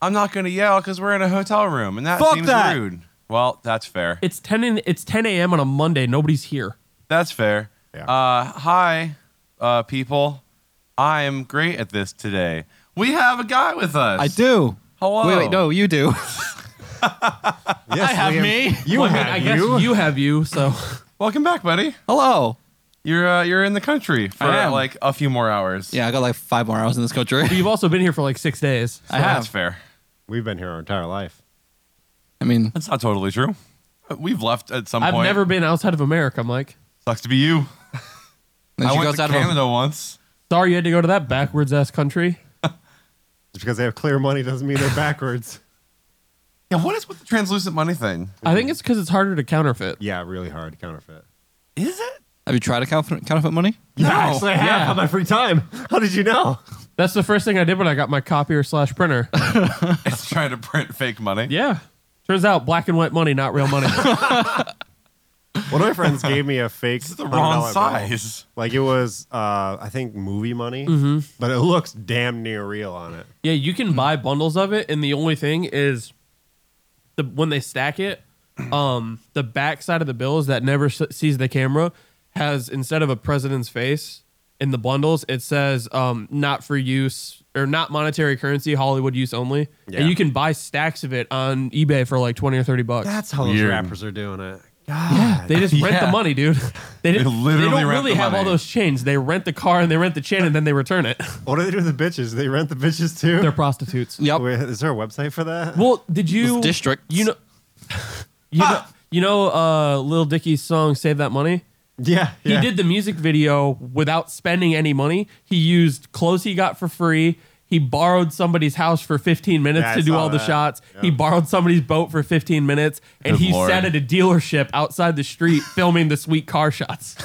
I'm not going to yell because we're in a hotel room, and that Fuck seems that. rude. Well, that's fair. It's ten. In, it's ten a.m. on a Monday. Nobody's here. That's fair. Yeah. Uh, hi, uh, people. I am great at this today. We have a guy with us. I do. Hello. Wait, wait, no, you do. Yes, I have me. You Well, I mean, have I guess you. you. have you. So Welcome back, buddy. Hello. You're uh, you're in the country for I am. like a few more hours. Yeah, I got like five more hours in this country. you've also been here for like six days. I that's have. fair. We've been here our entire life. I mean, That's not totally true. We've left at some I've point. never been outside of America, Mike. Sucks to be you. did I you go went to outside of a- Canada once. Sorry you had to go to that backwards ass country. Just because they have clear money doesn't mean they're backwards. Yeah, what is with the translucent money thing? I think it's because it's harder to counterfeit. yeah, really hard to counterfeit. Is it? Have you tried a counterfeit, counterfeit money? No. I have on my free time. How did you know? That's the first thing I did when I got my copier slash printer. It's trying to print fake money. yeah. Turns out black and white money, not real money. One of my friends gave me a fake. It's the wrong $100 bill. size. Like it was, uh, I think, movie money, but it looks damn near real on it. yeah, you Hmm. can buy bundles of it, and the only thing is, the when they stack it, Hmm. um, the back side of the bills that never s- sees the camera has instead of a president's face in the bundles, it says um, not for use or not monetary currency, Hollywood use only, Yeah. and you can buy stacks of it on eBay for like twenty or thirty bucks. how Weird. rappers are doing it. They just rent Yeah. the money, dude. They, didn't- literally they rent don't really the have money. all those chains. They rent the car and they rent the chain and then they return it. What do they do to the bitches? They rent the bitches They're too. prostitutes. Yep. Wait, is there a website for that? Well, did you With districts. You know, you know, Ah! you know, uh, Lil Dicky's song "Save That Money." yeah, He yeah. did the music video without spending any money. He used clothes he got for free. He borrowed somebody's house for 15 minutes Yeah, I to do saw all the that. shots. He Yeah. borrowed somebody's boat for 15 minutes, and Good he lord. sat at a dealership outside the street filming the sweet car shots.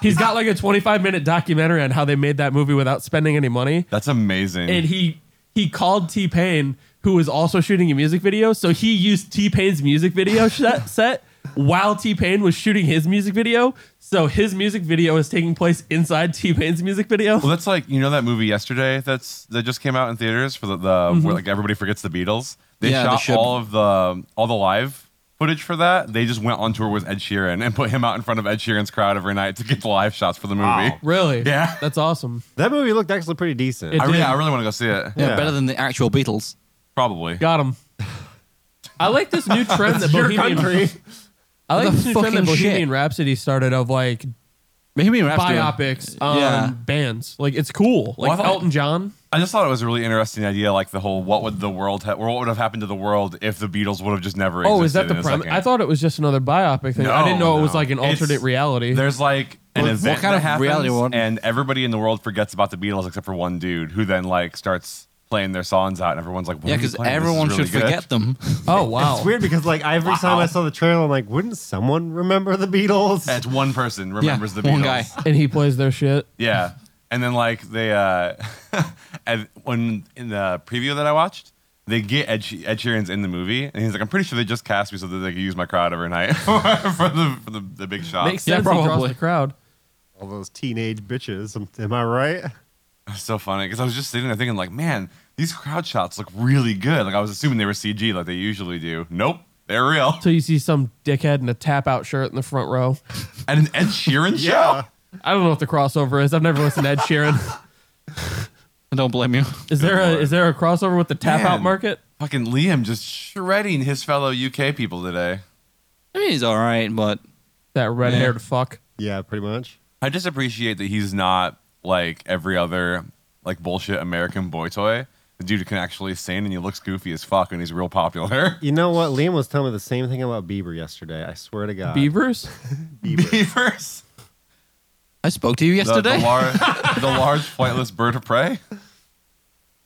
He's got like a 25 minute documentary on how they made that movie without spending any money, That's amazing. and he he called T Pain, who was also shooting a music video. So he used T Pain's music video set, set while T Pain was shooting his music video. So his music video is taking place inside T Pain's music video. Well, that's like you know that movie yesterday that's that just came out in theaters for the, the where like everybody forgets the Beatles. They Yeah, they shot should. all of the all the live footage for that. They just went on tour with Ed Sheeran and put him out in front of Ed Sheeran's crowd every night to get the live shots for the movie. Wow. Really? Yeah. That's awesome. that movie looked actually pretty decent. It- I really, Dude. I really want to go see it. Yeah, Yeah. better than the actual Beatles. Probably. Got him. I like this new trend that Bohemian. country. I like The this new trend that fucking shit. Bohemian Rhapsody started of like Bohemian Rhapsody. biopics on Yeah. bands. Like it's cool. Well, Like I thought- Elton John. I just thought it was a really interesting idea, like the whole what would the world ha- or what would have happened to the world if the Beatles would have just never. Oh, is that existed the in a premise? second. I thought it was just another biopic thing. I No, didn't know it was no. like an alternate It's- reality. There's like an What- what event kind that of happens, reality one? and everybody in the world forgets about the Beatles except for one dude who then like starts playing their songs out, and everyone's like, "What are Yeah, you because playing? This is everyone really should good." forget them. Oh wow! It's weird because like every time I saw the trailer, I'm like, wouldn't someone remember the Beatles? That's one person remembers the Beatles. one guy. And he plays their shit. Yeah, and then like they uh, and when in the preview that I watched. They get Ed, She- Ed Sheeran's in the movie, and he's like, "I'm pretty sure they just cast me so that they could use my crowd every night for, for the for the, the big shot." Makes sense. He draws probably. the crowd. All those teenage bitches. Am, am I right? It's so funny because I was just sitting there thinking, like, man, these crowd shots look really good. Like, I was assuming they were CG, like they usually do. Nope, they're real. So you see some dickhead in a tap out shirt in the front row. And an Ed Sheeran show. I don't know what the crossover is. I've never listened to Ed Sheeran. I don't blame you. Is there a lord. is there a crossover with the tap out Man. market? Fucking Liam just shredding his fellow UK people today. I mean, he's all right, but That red haired Yeah. fuck. Yeah, pretty much. I just appreciate that he's not like every other like bullshit American boy toy. The dude can actually sing and he looks goofy as fuck and he's real popular. You know what? Liam was telling me the same thing about Bieber yesterday. I swear to God. Beavers. Beavers. I spoke to you The, yesterday. the, lar- the large flightless bird of prey.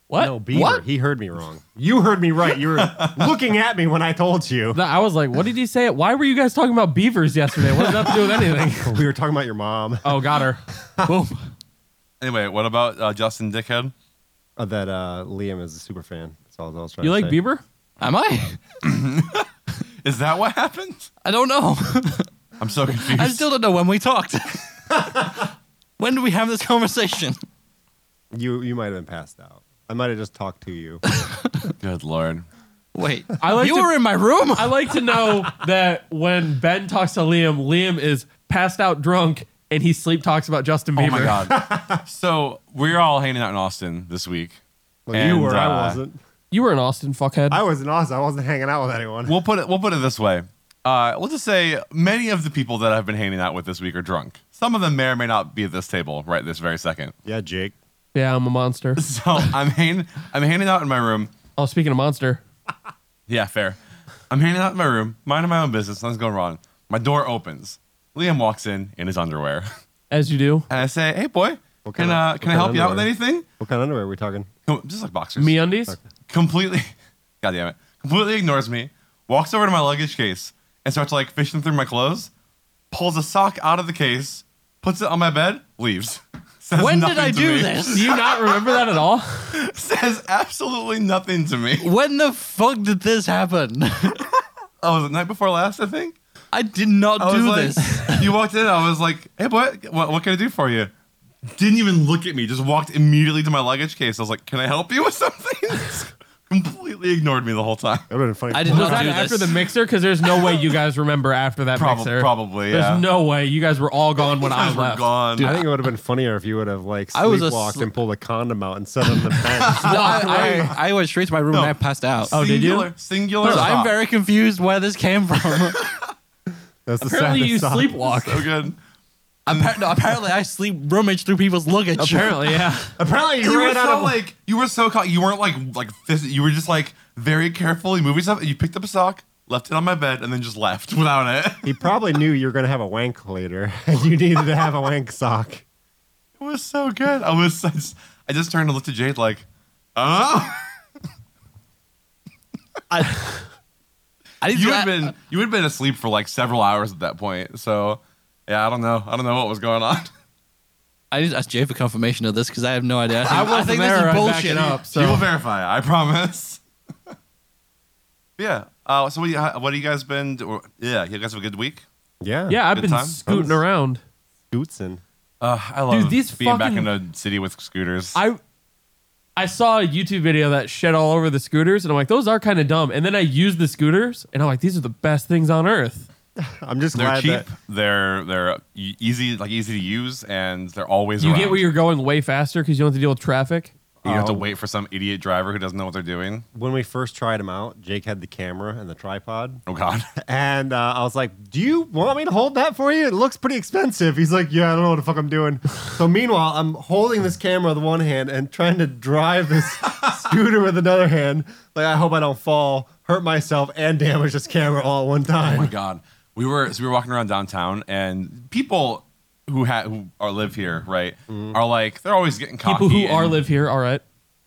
What? No, Bieber. What? He heard me wrong. You heard me right. You were looking at me when I told you. That- I was like, what did he say? Why were you guys talking about beavers yesterday? What does that have to do with anything? We were talking about your mom. Oh, got her. Boom. Anyway, what about uh, Justin Dickhead? Uh, that uh, Liam is a super fan. That's all I was trying You to like say. Bieber? Am I? Is that what happened? I don't know. I'm so confused. I still don't know when we talked. when did we have this conversation? You you might have been passed out. I might have just talked to you. Good lord. Wait, I like you to- were in my room. I like to know that when Ben talks to Liam, Liam is passed out drunk and he sleep talks about Justin Bieber. oh my god, So we're all hanging out in Austin this week. Well, you And, were. uh, I wasn't. You were in Austin, fuckhead. I was in Austin. I wasn't hanging out with anyone. We'll put it. We'll put it this way. Uh, we'll just say many of the people that I've been hanging out with this week are drunk. Some of them may or may not be at this table right this very second. yeah, Jake. yeah, I'm a monster. So I'm hanging. I'm hanging out in my room. Oh, speaking of monster, Yeah, fair. I'm hanging out in my room, minding my own business. Nothing's going wrong. My door opens. Liam walks in in his underwear, as you do, and I say, "Hey, boy, What can kind of- uh, what can I kind of help you out with underwear? anything?" What kind of underwear are we talking? No, Just like boxers. me undies. completely god damn it completely ignores me walks over to my luggage case and starts like fishing through my clothes pulls a sock out of the case puts it on my bed leaves Says when did nothing I to do me. this? Do you not remember that at all? says absolutely nothing to me When the fuck did this happen? oh was it night before last i think I did not i do was this. like you walked in i was like hey boy what, what can i do for you didn't even look at me just walked immediately to my luggage case i was like can i help you with something completely ignored me the whole time That would have been funny. I did Was not that do after the this. mixer? Because there's no way you guys remember after that Prob- mixer. probably There's yeah no way you guys were all gone when I Eyes were left. gone I think it would have been funnier if you would have like I was a sleepwalked sl- and pulled a condom out and set it on the bench. No, I, I, I went straight to my room No. and I passed out. Oh, did you? singular, Singular. So I'm thought. very confused where this came from. That's the Apparently, you saddest song. sleepwalk. so good. apparently, apparently, I sleep rummage through people's luggage. Apparently, yeah. Apparently, you, You were ran out so of like you were so caught. You weren't like like this. You were just like very carefully moving stuff. You picked up a sock, left it on my bed, and then just left without it. He probably knew you were going to have a wank later, and you needed to have a wank sock. It was so good. I was I just, I just turned and looked at Jade like, oh, I, I didn't you do had that- been you had been asleep for like several hours at that point. So yeah, I don't know. I don't know what was going on. I need to ask Jay for confirmation of this because I have no idea. I think, wasn't think there, I this is back it bullshit. up. You will So verify. I promise. yeah. Uh, so what do you what have you guys been? do- yeah, you guys have a good week. Yeah. yeah, I've Good been time. scooting around. Scootsin. Uh, I love Dude, these being fucking- back in the city with scooters. I I saw a YouTube video that shed all over the scooters, and I'm like, those are kind of dumb. And then I used the scooters, and I'm like, these are the best things on earth. I'm just they're glad cheap. that They're they're e- easy like easy to use, and they're always You around. get where you're going way faster because you don't have to deal with traffic. You don't have to Oh. wait for some idiot driver who doesn't know what they're doing. when we first tried him out, Jake had the camera and the tripod. Oh God, And uh, I was like, "Do you want me to hold that for you? It looks pretty expensive." He's like, "Yeah, I don't know what the fuck I'm doing." So meanwhile, I'm holding this camera with one hand and trying to drive this scooter with another hand. Like, I hope I don't fall, hurt myself, and damage this camera all at one oh my time. God. We were so we were walking around downtown, and people who ha- who are live here, right, are like they're always getting cocky. People who are and- live here, all right.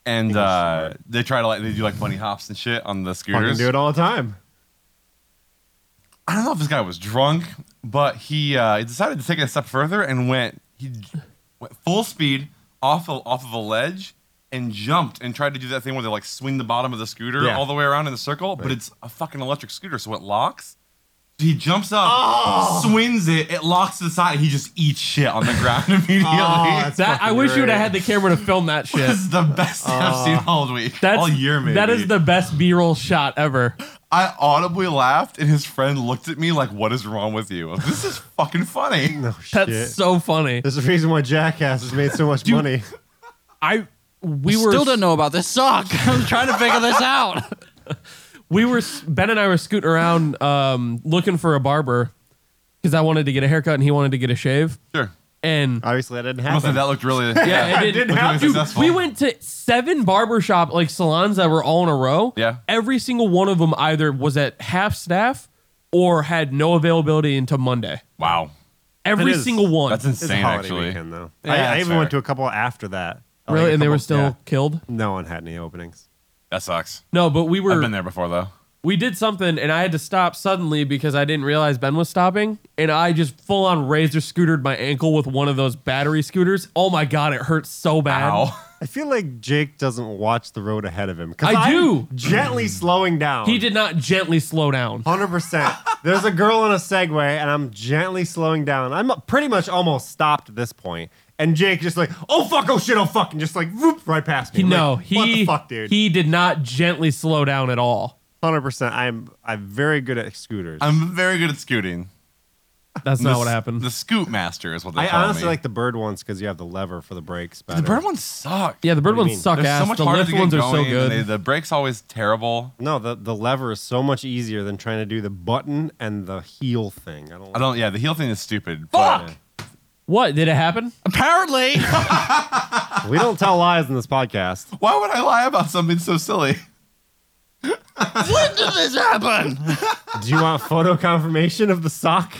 and uh, they try to like they do like bunny hops and shit on the Fucking scooters. do it all the time. I don't know if this guy was drunk, but he uh, he decided to take it a step further and went he j- went full speed off of, off of a ledge and jumped and tried to do that thing where they like swing the bottom of the scooter Yeah. all the way around in a circle, but it's a fucking electric scooter, so it locks. He jumps up, Oh. swings it, it locks to the side, and he just eats shit on the ground immediately. Oh, that's- That I fucking wish you would have great. had the camera to film that This shit. is the best I've seen all week, That's Oh. all year maybe. That is the best B-roll shot ever. I audibly laughed, and his friend looked at me like, "What is wrong with you? This is fucking funny." No That's shit. so funny. There's a reason why Jackass has made so much money. I we were Still don't know about this sock. I'm trying to figure this out. we were Ben and I were scooting around um, looking for a barber because I wanted to get a haircut and he wanted to get a shave Sure. and Obviously, that didn't I must say happen. that looked really. yeah, it looked didn't really Dude, successful. we went to seven barbershop like salons that were all in a row. Yeah. every single one of them either was at half staff or had no availability until Monday. Wow, Every is- single one. that's It's a insane. holiday Actually, weekend, though. Yeah, I, I that's even fair. went to a couple after that. really, Like, a and they were couple- still yeah. killed. No one had any openings. that sucks. No, but we I've were been there before though. we did something and I had to stop suddenly because I didn't realize Ben was stopping. And I just full on razor scootered my ankle with one of those battery scooters. Oh my God, it hurts so bad. Ow. I feel like Jake doesn't watch the road ahead of him. 'Cause I I'm do. Gently slowing down. He did not gently slow down. 100%. There's a girl in a Segway, and I'm gently slowing down. I'm pretty much almost stopped at this point. and Jake just like, oh fuck, oh shit, oh fuck, and just like whoop right past me. He, I'm no, like, he what the fuck, dude. he did not gently slow down at all. Hundred percent. I'm I'm very good at scooters. I'm very good at scooting. That's not The- what happened. The scoot master is what they I call honestly me. like the bird ones because you have the lever for the brakes. Better. the bird ones suck. yeah, the bird What do you ones mean? suck They're ass. so much the harder lift to get ones are going. so and good. they- the brake's always terrible. No, the, the lever is so much easier than trying to do the button and the heel thing. I don't. I don't. Yeah, the heel thing is stupid. Fuck! what did it happen? Apparently, we don't tell lies in this podcast. But why would I lie about something so silly? when did this happen? Do you want photo confirmation of the sock?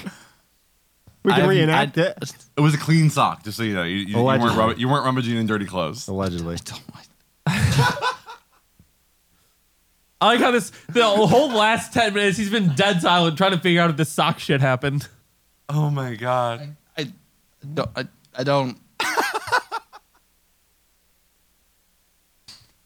We can I've- reenact I- it. It was a clean sock, just so you know. You, you, you weren't, Allegedly. rub- you weren't rummaging in dirty clothes. Allegedly. I like how this the whole last ten minutes he's been dead silent trying to figure out if this sock shit happened. Oh my god. I don't. I, I don't.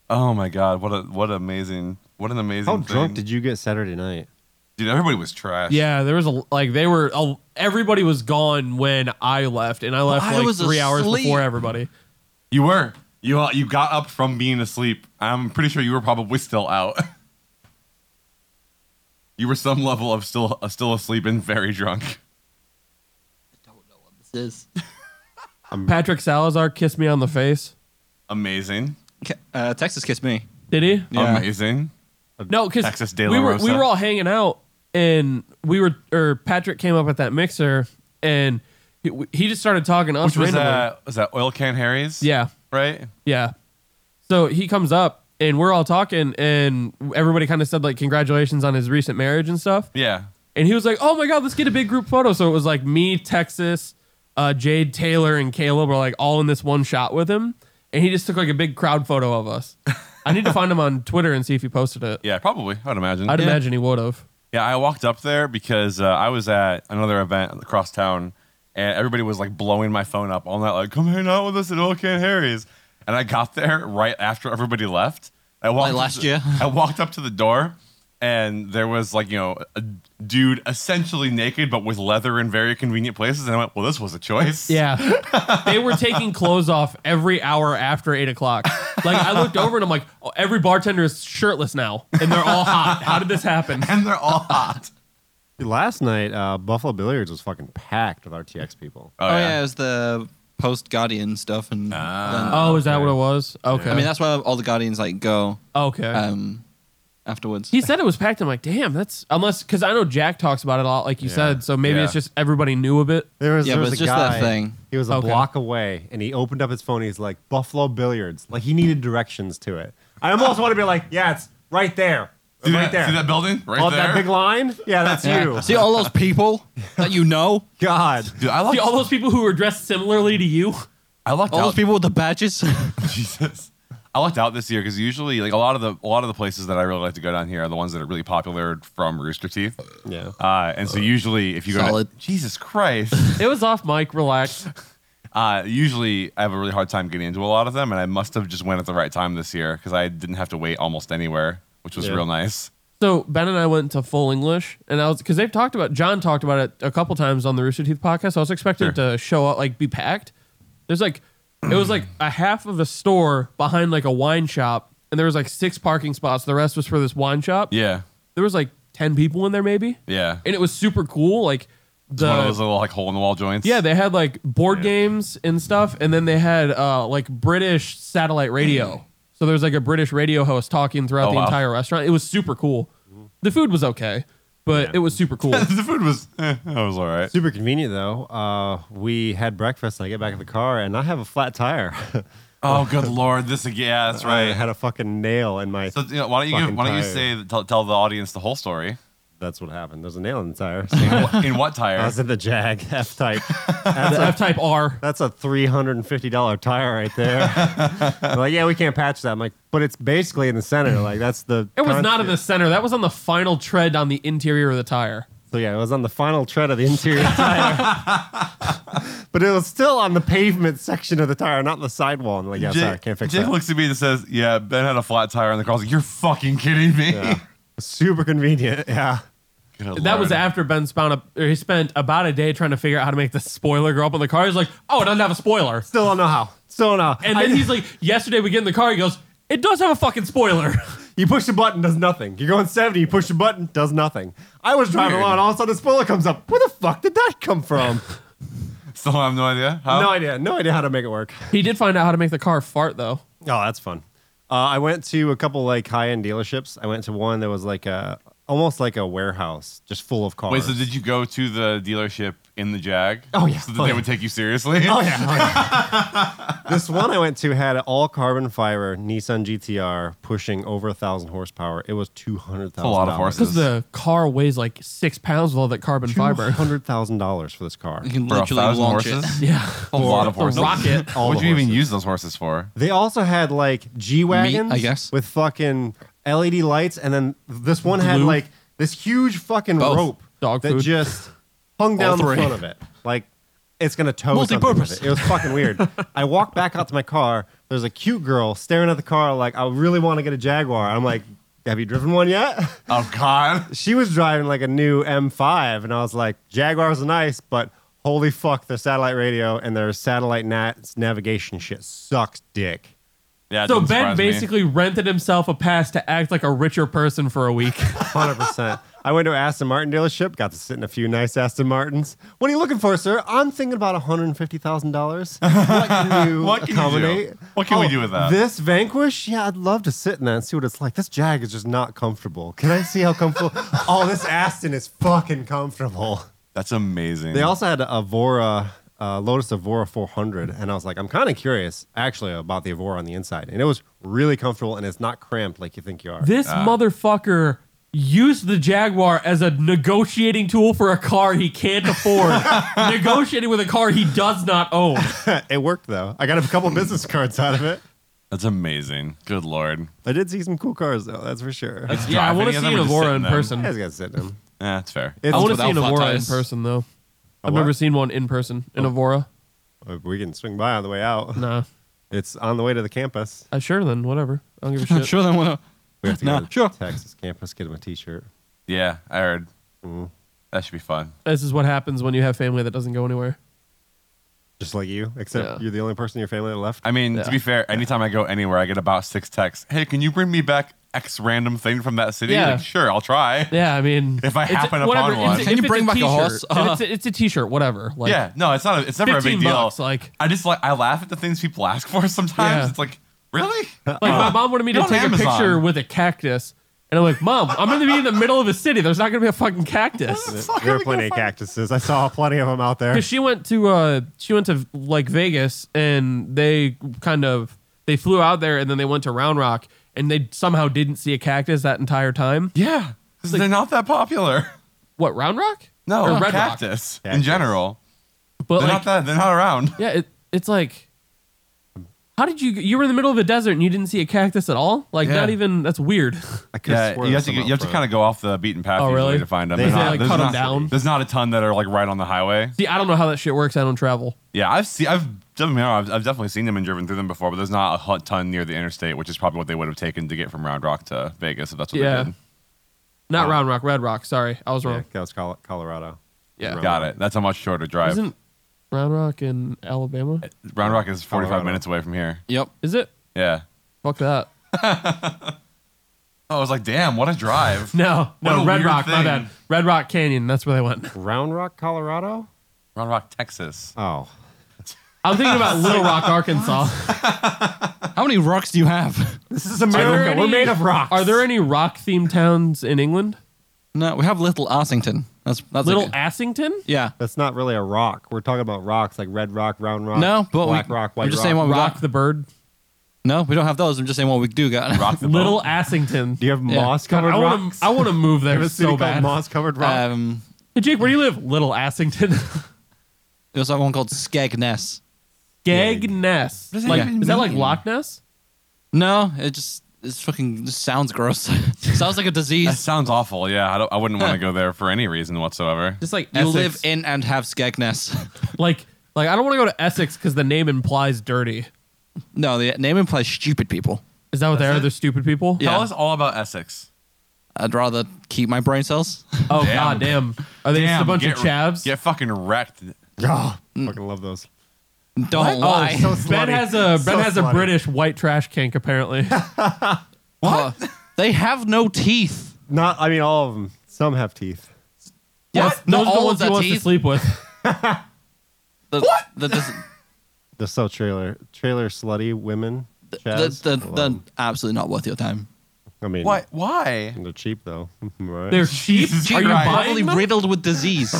Oh my god. What a what amazing. What an amazing. How drunk did you get Saturday night? Dude, everybody was trash. Yeah, there was a like they were a, everybody was gone when I left, and I left I like was three hours asleep. before everybody. You were. You uh, you got up from being asleep. I'm pretty sure you were probably still out. you were some level of still uh, still asleep and very drunk. don't know what this is. Patrick Salazar kissed me on the face. Amazing. Ca- Uh, Texas kissed me. Did he? Yeah. Amazing. No, because Texas De La we were we Rosa. were all hanging out, and we were or Patrick came up at that mixer, and he, he just started talking to us Which was uh, randomly. that was that oil can Harry's? Yeah, Right? yeah. So he comes up, and we're all talking, and everybody kind of said like congratulations on his recent marriage and stuff. Yeah. And he was like, "Oh my god, let's get a big group photo." So it was like me, Texas, uh, Jade, Taylor, and Caleb were like all in this one shot with him, and he just took like a big crowd photo of us. I need to find him on Twitter and see if he posted it. Yeah, probably. I would imagine. I'd yeah. imagine he would have. Yeah, I walked up there because uh, I was at another event across town, and everybody was like blowing my phone up all night, like "Come hang out with us at Old Can Harry's." And I got there right after everybody left. I walked Like last up to- year? I walked up to the door, and there was like you know a dude essentially naked, but with leather in very convenient places. And I went, "Well, this was a choice." Yeah. they were taking clothes off every hour after eight o'clock. Like I looked over and I'm like, oh, every bartender is shirtless now, and they're all hot. How did this happen? and they're all hot. Last night, uh, Buffalo Billiards was fucking packed with RTX people. Oh, yeah. Ah. it was the post Guardian stuff, and then- Oh, is that what it was? Okay. I mean that's why all the Guardians like go okay. um, afterwards. He said it was packed. I'm like, damn, that's unless because I know Jack talks about it a lot, like you said. So maybe Yeah. it's just everybody knew of it. There was, Yeah, there but was it's a just guy, that thing. He was a Okay. block away, and he opened up his phone. He's like, "Buffalo Billiards." Like he needed directions to it. I almost want to be like, "Yeah, it's right there, See, right that, there." see that building right Oh, there. that big line? Yeah, that's you. See all those people that you know, God, Dude, I like See, all those people who were dressed similarly to you. I lucked all out. those people with the badges. Jesus. I lucked out this year because usually, like a lot of the a lot of the places that I really like to go down here are the ones that are really popular from Rooster Teeth. yeah. Uh, and so usually, if you go, Solid. to, Jesus Christ. It was off mic. Relax. uh, usually, I have a really hard time getting into a lot of them, and I must have just went at the right time this year because I didn't have to wait almost anywhere, which was Yeah. real nice. So Ben and I went to full English, and I was because they've talked about John talked about it a couple times on the Rooster Teeth podcast. I was expecting it to show up like be packed. There's like it was like a half of a store behind like a wine shop, and there was like six parking spots. The rest was for this wine shop. Yeah, There was like ten people in there maybe, yeah. and it was super cool. Like It's the uh, one of those little like hole in the wall joints. Yeah, they had like board games and stuff, and then they had uh, like British satellite radio. So there was like a British radio host talking throughout Oh, the wow. entire restaurant. It was super cool. The food was okay, but it was super cool. the food was eh, it was all right. Super convenient though. Uh, we had breakfast. And I get back in the car, and I have a flat tire. Oh, good lord, this again. Yeah, that's I right. had a fucking nail in my. so you know, why don't you give, Fucking why don't you tired. say tell, tell the audience the whole story? that's what happened. There's a nail in the tire. In what, in what tire? I was in the Jag F type. That's F type R. That's a three hundred and fifty dollar tire right there. They're like, yeah, we can't patch that. I'm like, but it's basically in the center. Like, that's the. It was con- not in the center. That was on the final tread on the interior of the tire. So yeah, it was on the final tread of the interior tire. but it was still on the pavement section of the tire, not the sidewall. And like, yeah, sorry, I can't fix Jake that. looks at me and says, "Yeah, Ben had a flat tire on the car." I was like, "You're fucking kidding me." Super convenient. Yeah. Good That was lord. after Ben spent a, or he spent about a day trying to figure out how to make the spoiler grow up on the car. He's like, "Oh, it doesn't have a spoiler." Still don't know how. Still don't know. And then he's like, "Yesterday we get in the car." He goes, "It does have a fucking spoiler." You push the button, does nothing. You're going 70, you push the button, does nothing. I was driving Weird. along, and all of a sudden, a spoiler comes up. Where the fuck did that come from? Still have no idea. How? no idea. No idea how to make it work. he did find out how to make the car fart though. Oh, that's fun. Uh, I went to a couple like high end dealerships. I went to one that was like a almost like a warehouse, just full of cars. Wait, so did you go to the dealership in the Jag? Oh, yeah. So that Oh, they yeah. would take you seriously? Oh yeah. oh, yeah. this one I went to had an all carbon fiber Nissan GTR pushing over a thousand horsepower. It was two hundred thousand. a lot of horses. Because the car weighs like six pounds with all that carbon Two fiber. hundred thousand dollars for this car. You can For a literally thousand launch horses? it. Yeah, A lot of The horses. rocket. All what would the you even horses. use those horses for? They also had like G wagons, Meat, I guess. with fucking LED lights, and then this one had Glue. like this huge fucking Both. rope Dog that food. just hung down the three. front of it, like it's gonna tow. something with Multi-purpose. It. it was fucking weird. I walked back out to my car. There's a cute girl staring at the car, like I really want to get a Jaguar. I'm like, have you driven one yet? Oh, God. she was driving like a new M5, and I was like, Jaguars are nice, but holy fuck, their satellite radio and their satellite nat- navigation shit sucks dick. Yeah. it So doesn't Ben surprise me. basically rented himself a pass to act like a richer person for a week. Hundred percent. I went to an Aston Martin dealership, got to sit in a few nice Aston Martins. What are you looking for, sir? I'm thinking about one hundred and fifty thousand dollars. What can you What can you do? accommodate? Oh, What can we do with that? This Vanquish? Yeah, I'd love to sit in that and see what it's like. This Jag is just not comfortable. Can I see how comfortable? oh, this Aston is fucking comfortable. That's amazing. They also had a Avora, uh, Lotus Avora 400, and I was like, I'm kind of curious actually about the Avora on the inside, and it was really comfortable and it's not cramped like you think you are. This motherfucker used the Jaguar as a negotiating tool for a car he can't afford, negotiating with a car he does not own. it worked though. I got a couple business cards out of it. That's amazing. Good lord. Eh, I did see some cool cars though, that's for sure. yeah, I drive want any to of see them an or just sit Avora in in them? I person. just got to sit in them. Yeah, that's fair. It's, I want to without see an flat Avora in tires. person though. A I've what? never seen one in person. An Avora? uh, we can swing by on the way out. Nah. It's on the way to the campus. Uh, sure then, whatever. I don't give a I'm shit. sure they want We have to go Nah, to sure. Texas campus, get him a t-shirt. yeah, I heard. That should be fun. This is what happens when you have family that doesn't go anywhere. Just like you, except Yeah. you're the only person in your family that left. I mean, Yeah. to be fair, anytime I go anywhere, I get about six texts. Hey, can you bring me back X random thing from that city? Yeah. Like, sure, I'll try. Yeah, I mean, If I it's- happen upon one. if Can you it's bring back a t-shirt, horse? Uh-huh. if it's, a, it's a t-shirt, whatever. Like, yeah, no, it's not. A, it's never a 15 big deal. bucks, like- I just like I laugh at the things people ask for sometimes. Yeah. It's like, really? Like Uh-huh. my mom wanted me to You're on take Amazon. a picture with a cactus, and I'm like, Mom, I'm going to be in the middle of a city. There's not going to be a fucking cactus. Fuck, There are are we plenty gonna of find- cactuses. I saw plenty of them out there. Because she went to uh, she went to like Vegas, and they kind of they flew out there, and then they went to Round Rock, and they somehow didn't see a cactus that entire time. Yeah, 'cause they're not that popular. What Round Rock? No, Or Red Rock. cactus in Cactus. general. They're But like, not that. They're not around. yeah, it, it's like. How did you? You were in the middle of a desert and you didn't see a cactus at all. Like Yeah. not even. That's weird. I could Yeah, you have to you have to kind of go off the beaten path Oh, usually really? to find them. They- They're they, not- like, there's cut 'em not- down? There's not a ton that are like right on the highway. See, I don't know how that shit works. I don't travel. Yeah, I've seen I've don't get me wrong, I've, I've definitely seen them and driven through them before, but there's not a hot ton near the interstate, which is probably what they would have taken to get from Round Rock to Vegas if that's what Yeah. they did. Not Round Rock, Red Rock. Sorry, I was Yeah, wrong. that was Col- Colorado. Yeah, Got it. That's a much shorter drive. Isn't Round Rock in Alabama? Round Rock is 45 Colorado. minutes away from here. to. Yep. Is it? Yeah. Oh, Fuck that. I was like, damn, what a drive. No, What no, a Red weird Rock. My thing. bad. Red Rock Canyon. That's where they went. Round Rock, Colorado. Round Rock, Texas. Oh, I'm thinking about Little Rock, Arkansas. How many rocks do you have? this is Are there America. We're any- made of rocks. Are there any rock themed towns in England? no, we have Little Arsington. That's that's Little okay. Assington? yeah. That's not really a rock. We're talking about rocks like red rock, round rock. No, but black we, rock, white I'm just rock. saying what we Rock got. the Bird. No, we don't have those. I'm just saying what we do got. Rock the boat. Little Assington. Do you have moss covered I want rocks? to. I want to move there so bad. moss covered rock. Um, Hey Jake, where do you live? Little Assington. there's that one called Skegness. Gagness. does that Like, even is that like mean? Loch Ness? No, it just it's fucking just sounds gross. sounds like a That disease. sounds awful. Yeah, I, don't, I wouldn't want to go there for any reason whatsoever. Just like You Essex. live in and have Skegness. like like I don't want to go to Essex because the name implies dirty. no, the name implies stupid people. Is that what they are? it? They're stupid people. Yeah. Tell us all about Essex. I'd rather keep my brain cells. Oh Damn. god damn. Are they just a Damn, bunch get of re- chavs? Get fucking wrecked. Oh, fucking love those. Don't lie. Oh, So Ben slutty. has a Ben So has a slutty. British white trash kink apparently. Oh, Uh, they have no teeth. Not, I mean, all of them. Some have teeth. Yes, Those are the all ones he of the wants to teeth. sleep with. The, what? The, the, The so trailer, trailer slutty women. the, Chaz, the, I love the, 'em. absolutely not worth your time. I mean, Why? Why? they're cheap though. right? They're cheap. Jesus Are you Christ. buying Probably them? riddled with disease.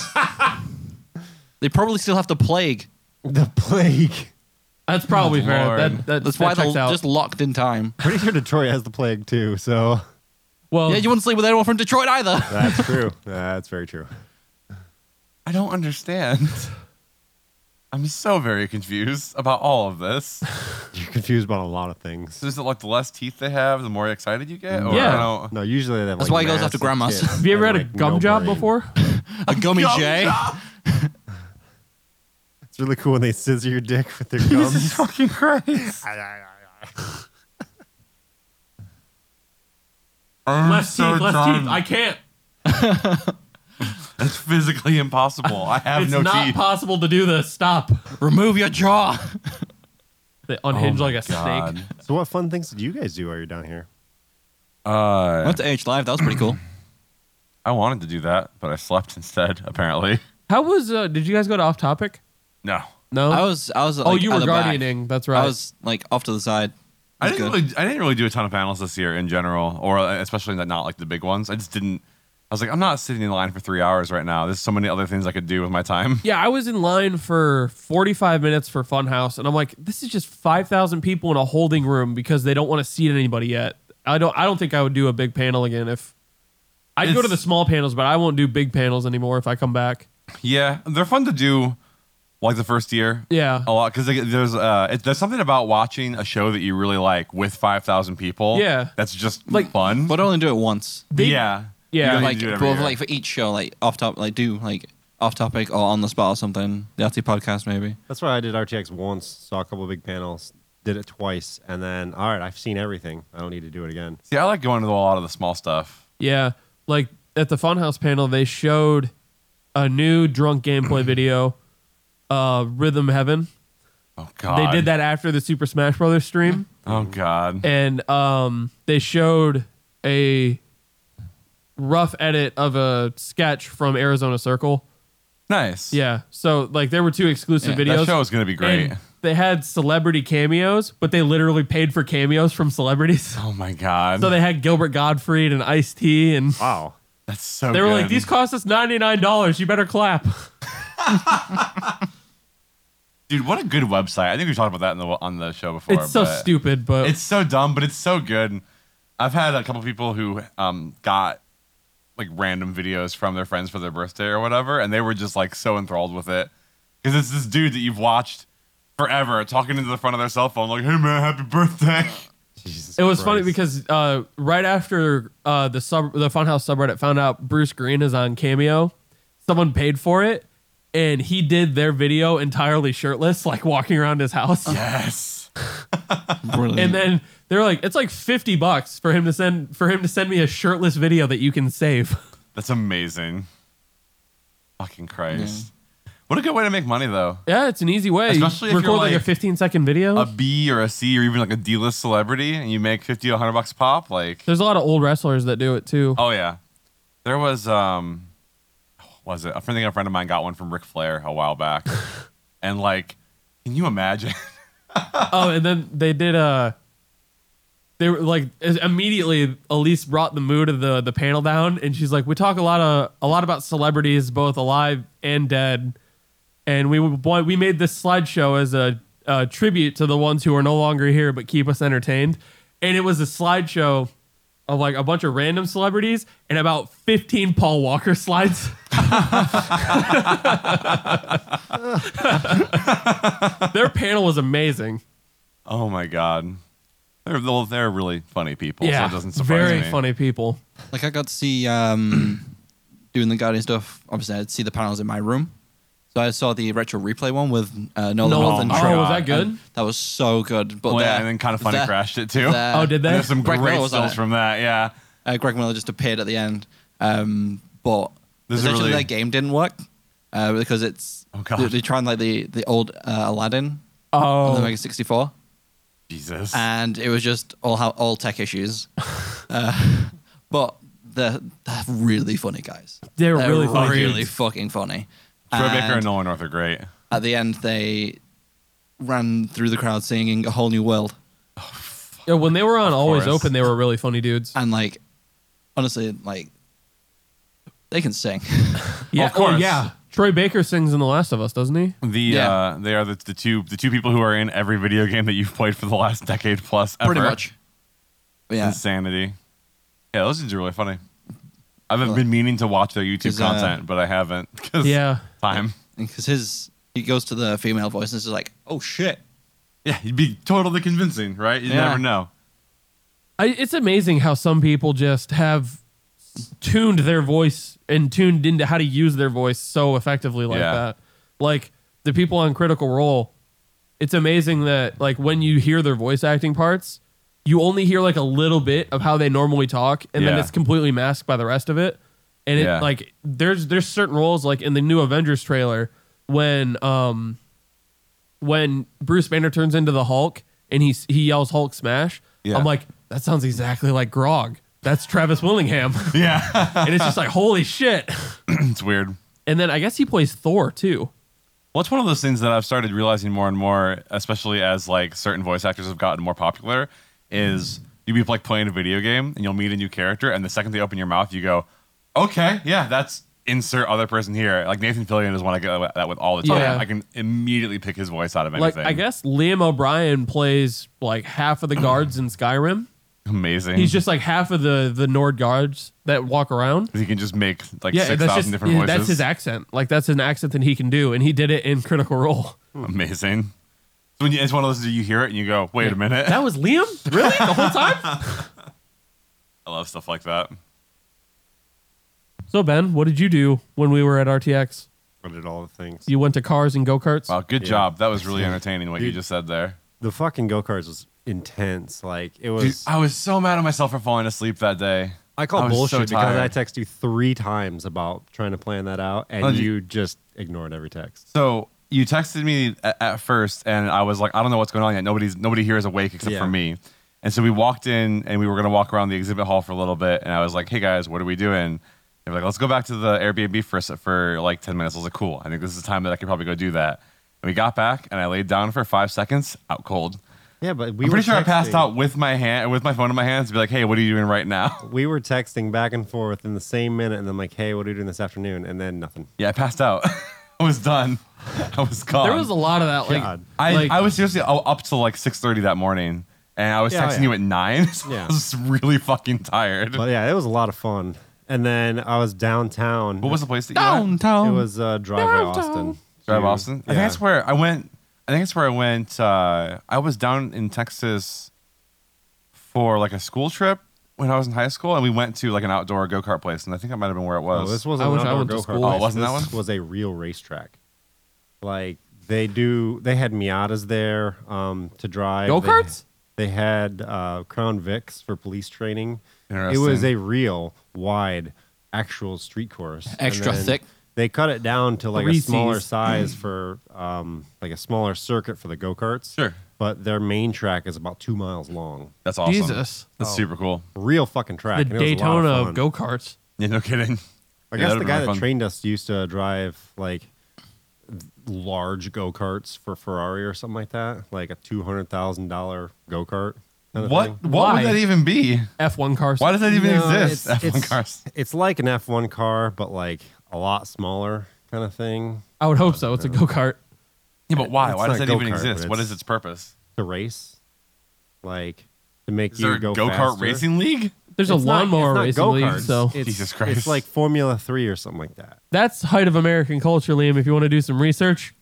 they probably still have the plague. the plague. That's probably Oh, fair. Lord. That, that, That's that why they're checks out. just locked in time. Pretty sure Detroit has the plague too. So well, Yeah, you wouldn't sleep with anyone from Detroit either. that's true. that's very true. I don't understand. I'm so very confused about all of this. You're confused about a lot of things. So is it like the less teeth they have, the more excited you get? Or Yeah. I don't- No, usually they have, That's like, why he goes after massive grandmas. tits have you ever had and, a like, gum no job brain. before? A gummy Gum J. job. It's really cool when they scissor your dick with their Jesus gums. fucking Christ. I'm Left so teeth, left done. teeth. I can't. It's physically impossible. I have it's no not teeth. possible to do this. Stop. Remove your jaw. They unhinge Oh like my a God. snake. so, what fun things did you guys do while you're down here? Uh, Went to Age Live. That was pretty cool. I wanted to do that, but I slept instead, apparently. How was? Uh, did you guys go to off topic? No. No. I was. I was. oh, like, you at were the back. guardianing. That's right. I was like off to the side. I It was didn't, good. really, I didn't really do a ton of panels this year in general, or uh, especially not, not like the big ones. I just didn't. I was like, I'm not sitting in line for three hours right now. There's so many other things I could do with my time. yeah, I was in line for 45 minutes for Funhouse, and I'm like, this is just 5,000 people in a holding room because they don't want to seat anybody yet. I don't. I don't think I would do a big panel again if. I'd go to It's- the small panels, but I won't do big panels anymore if I come back. Yeah, they're fun to do, like the first year. Yeah. a lot because there's uh it, there's something about watching a show that you really like with five thousand people. Yeah. that's just Like- like fun. But only do it once. They- yeah, Yeah. You don't need Like, to do it but every year. like for each show, like off top, like do like off topic or on the spot or something. The RT podcast maybe. That's why I did RTX once, saw a couple of big panels, did it twice, and then, all right, I've seen everything. I don't need to do it again. See, I like going to a lot of the small stuff. Yeah, like at the Funhouse panel, they showed a new drunk gameplay video, uh, Rhythm Heaven. Oh God, They did that after the Super Smash Brothers stream, Oh God, and um, they showed a rough edit of a sketch from Arizona Circle. nice. Yeah, so like there were two exclusive Yeah, videos. that show is gonna be great. and They had celebrity cameos, but they literally paid for cameos from celebrities. oh my God, So they had Gilbert Gottfried and Ice T, and Wow. that's so. they were like, good. "These cost us ninety nine dollars. You better clap." dude. What a good website. I think we talked about that in the, on the show before. It's so but- stupid, but It's so dumb, but it's so good. I've had a couple people who um, got like random videos from their friends for their birthday or whatever, and they were just like so enthralled with it because it's this dude that you've watched forever talking into the front of their cell phone, like, "Hey man, happy birthday!" Jesus it was funny Christ. because uh, right after uh, the sub the Funhouse subreddit found out Bruce Green is on Cameo, someone paid for it, and he did their video entirely shirtless, like walking around his house. Yes, Brilliant. And then they're like, "It's like fifty bucks for him to send for him to send me a shirtless video that you can save." that's amazing. Fucking Christ! What a good way to make money, though. yeah, it's an easy way. You Especially if you're, record like, a like, fifteen second video. A B or a C or even like a D list celebrity, and you make fifty, a hundred bucks pop. Like, There's a lot of old wrestlers that do it too. Oh yeah, there was um, was it? I think a friend of mine got one from Ric Flair a while back, and like, can you imagine? oh, and then they did Uh, they were like is- immediately. Elise brought the mood of the the panel down, and she's like, "We talk a lot of a lot about celebrities, both alive and dead, and we boy, we made this slideshow as a, a tribute to the ones who are no longer here but keep us entertained." And it was a slideshow of like a bunch of random celebrities and about fifteen Paul Walker slides. Their panel was amazing. oh my god, they're well, they're really funny people. so it doesn't surprise very me. funny people. like I got to see um doing the guardian stuff. Obviously, I'd see the panels in my room. So I saw the retro replay one with uh, Nolan Nolan. North and Oh, Trevor. was that good? And that was so good. But Well, Oh, yeah, there- and then kind of funny there- crashed it too. there- Oh, did they? And there's some Brett great Miller was on stills it. from that. Yeah, Uh, Greg Miller just appeared at the end, um, but This is essentially really- their game didn't work uh, because it's Oh, God. They, they tried like the the old uh, Aladdin on the Oh, Mega 64, Jesus. and it was just all how all tech issues. uh, but they're, they're really funny guys. They're really funny really dudes. fucking funny. Troy Baker and And Nolan North are great. at the end, they ran through the crowd singing "A Whole New World," yeah, when they were on Always course. Open, they were really funny dudes. and like, honestly, like, they can sing. Yeah, Of course. oh, yeah. Troy Baker sings in The Last of Us, doesn't he? The Yeah. uh, they are the, the two the two people who are in every video game that you've played for the last decade plus. Ever. Pretty much. Yeah. Insanity. Yeah, those dudes are really funny. I've been meaning to watch their YouTube 'Cause, uh, content, but I haven't. 'cause Yeah. Time. Because his, he goes to the female voice and is like, oh shit. Yeah, you'd be totally convincing, right? You Yeah. never know. I, it's amazing how some people just have tuned their voice and tuned into how to use their voice so effectively like Yeah. that. Like the people on Critical Role, it's amazing that like when you hear their voice acting parts, you only hear like a little bit of how they normally talk, and then Yeah. it's completely masked by the rest of it. And it Yeah. like there's there's certain roles like in the new Avengers trailer when um when Bruce Banner turns into the Hulk and he he yells Hulk smash, Yeah. I'm like, that sounds exactly like Grog. That's Travis Willingham, Yeah, and it's just like, holy shit. it's weird. And then I guess he plays Thor too. Well, it's one of those things that I've started realizing more and more, especially as like certain voice actors have gotten more popular, is you'll be like playing a video game and you'll meet a new character, and the second they open your mouth, you go, "Okay, yeah, that's insert other person here." Like Nathan Fillion is one I get that with all the time. Yeah. I can immediately pick his voice out of Like anything. I guess Liam O'Brien plays like half of the guards in Skyrim. amazing. He's just like half of the the Nord guards that walk around. he can just make like Yeah, six that's thousand just different yeah, voices. that's his accent. Like that's an accent that he can do, and he did it in Critical Role. amazing. So when you, it's one of those that you hear it and you go, "Wait a minute." That was Liam, really, the whole time. I love stuff like that. So Ben, what did you do when we were at RTX? I did all the things. You went to cars and go karts. Wow, good Yeah. job. That was really entertaining what you Dude. just said there. The fucking go karts was intense. Like it Dude, was. I was so mad at myself for falling asleep that day. I call was so bullshit because tired. I texted you three times about trying to plan that out, and Oh, did you- you just ignored every text. So you texted me at, at first, and I was like, I don't know what's going on yet. Nobody's nobody here is awake except Yeah. for me. And so we walked in, and we were gonna walk around the exhibit hall for a little bit. And I was like, Hey guys, what are we doing? They were like, Let's go back to the Airbnb for a se- for like ten minutes. I was like, Cool. I think this is the time that I could probably go do that. And we got back, and I laid down for five seconds, out cold. Yeah, but we I'm were pretty sure I passed texting. out with my hand, with my phone in my hands, to be like, Hey, what are you doing right now? We were texting back and forth in the same minute, and then like, "Hey, what are you doing this afternoon?" And then nothing. Yeah, I passed out. I was done. I was gone. There was a lot of that. Like, God. I, like- I was seriously u- up till like six thirty that morning, and I was Yeah, oh, texting yeah. you at nine. So I Yeah. was really fucking tired. But yeah, it was a lot of fun. And then I was downtown. what was the place that you went? Downtown. Oh. It was uh, Driveway Austin. Drive Dude, Austin. I think yeah. that's where I went. I think that's where I went. Uh, I was down in Texas for like a school trip when I was in high school, and we went to like an outdoor go kart place, and I think that might have been where it No, was. Oh, this wasn't. I an went- I outdoor went to go-kart school. Oh, place. wasn't that This Was a real racetrack. Like they do. They had Miatas there um, to drive. They- Go-karts? They, had uh, Crown Vics for police training. It Interesting. was a real wide, actual street course. And Extra then thick. They cut it down to like Three a smaller Cs. size for um, like a smaller circuit for the go karts. Sure. But their main track is about two miles long. That's awesome. Jesus. that's Oh. super cool. Real fucking track. the and it was a lot of Daytona fun. of go karts. Yeah, no kidding. I Yeah, guess that'd the been guy really that fun. trained us used to drive like large go karts for Ferrari or something like that, like a two hundred thousand dollar go kart. What? What Why? would that even be? F1 cars. Why does that even exist? It's, F1 cars. It's like an F one car, but like a lot smaller kind of thing I would hope so. It's a go kart. Yeah, but why? It's Why does not that even go-kart, exist? but What is it's- its purpose? to race, like to make Is you there a go go kart faster. racing league? There's a It's not- lawnmower it's racing not league. go-karts. So It's- Jesus Christ. It's like Formula Three or something like that. that's height of American culture, Liam. If you want to do some research,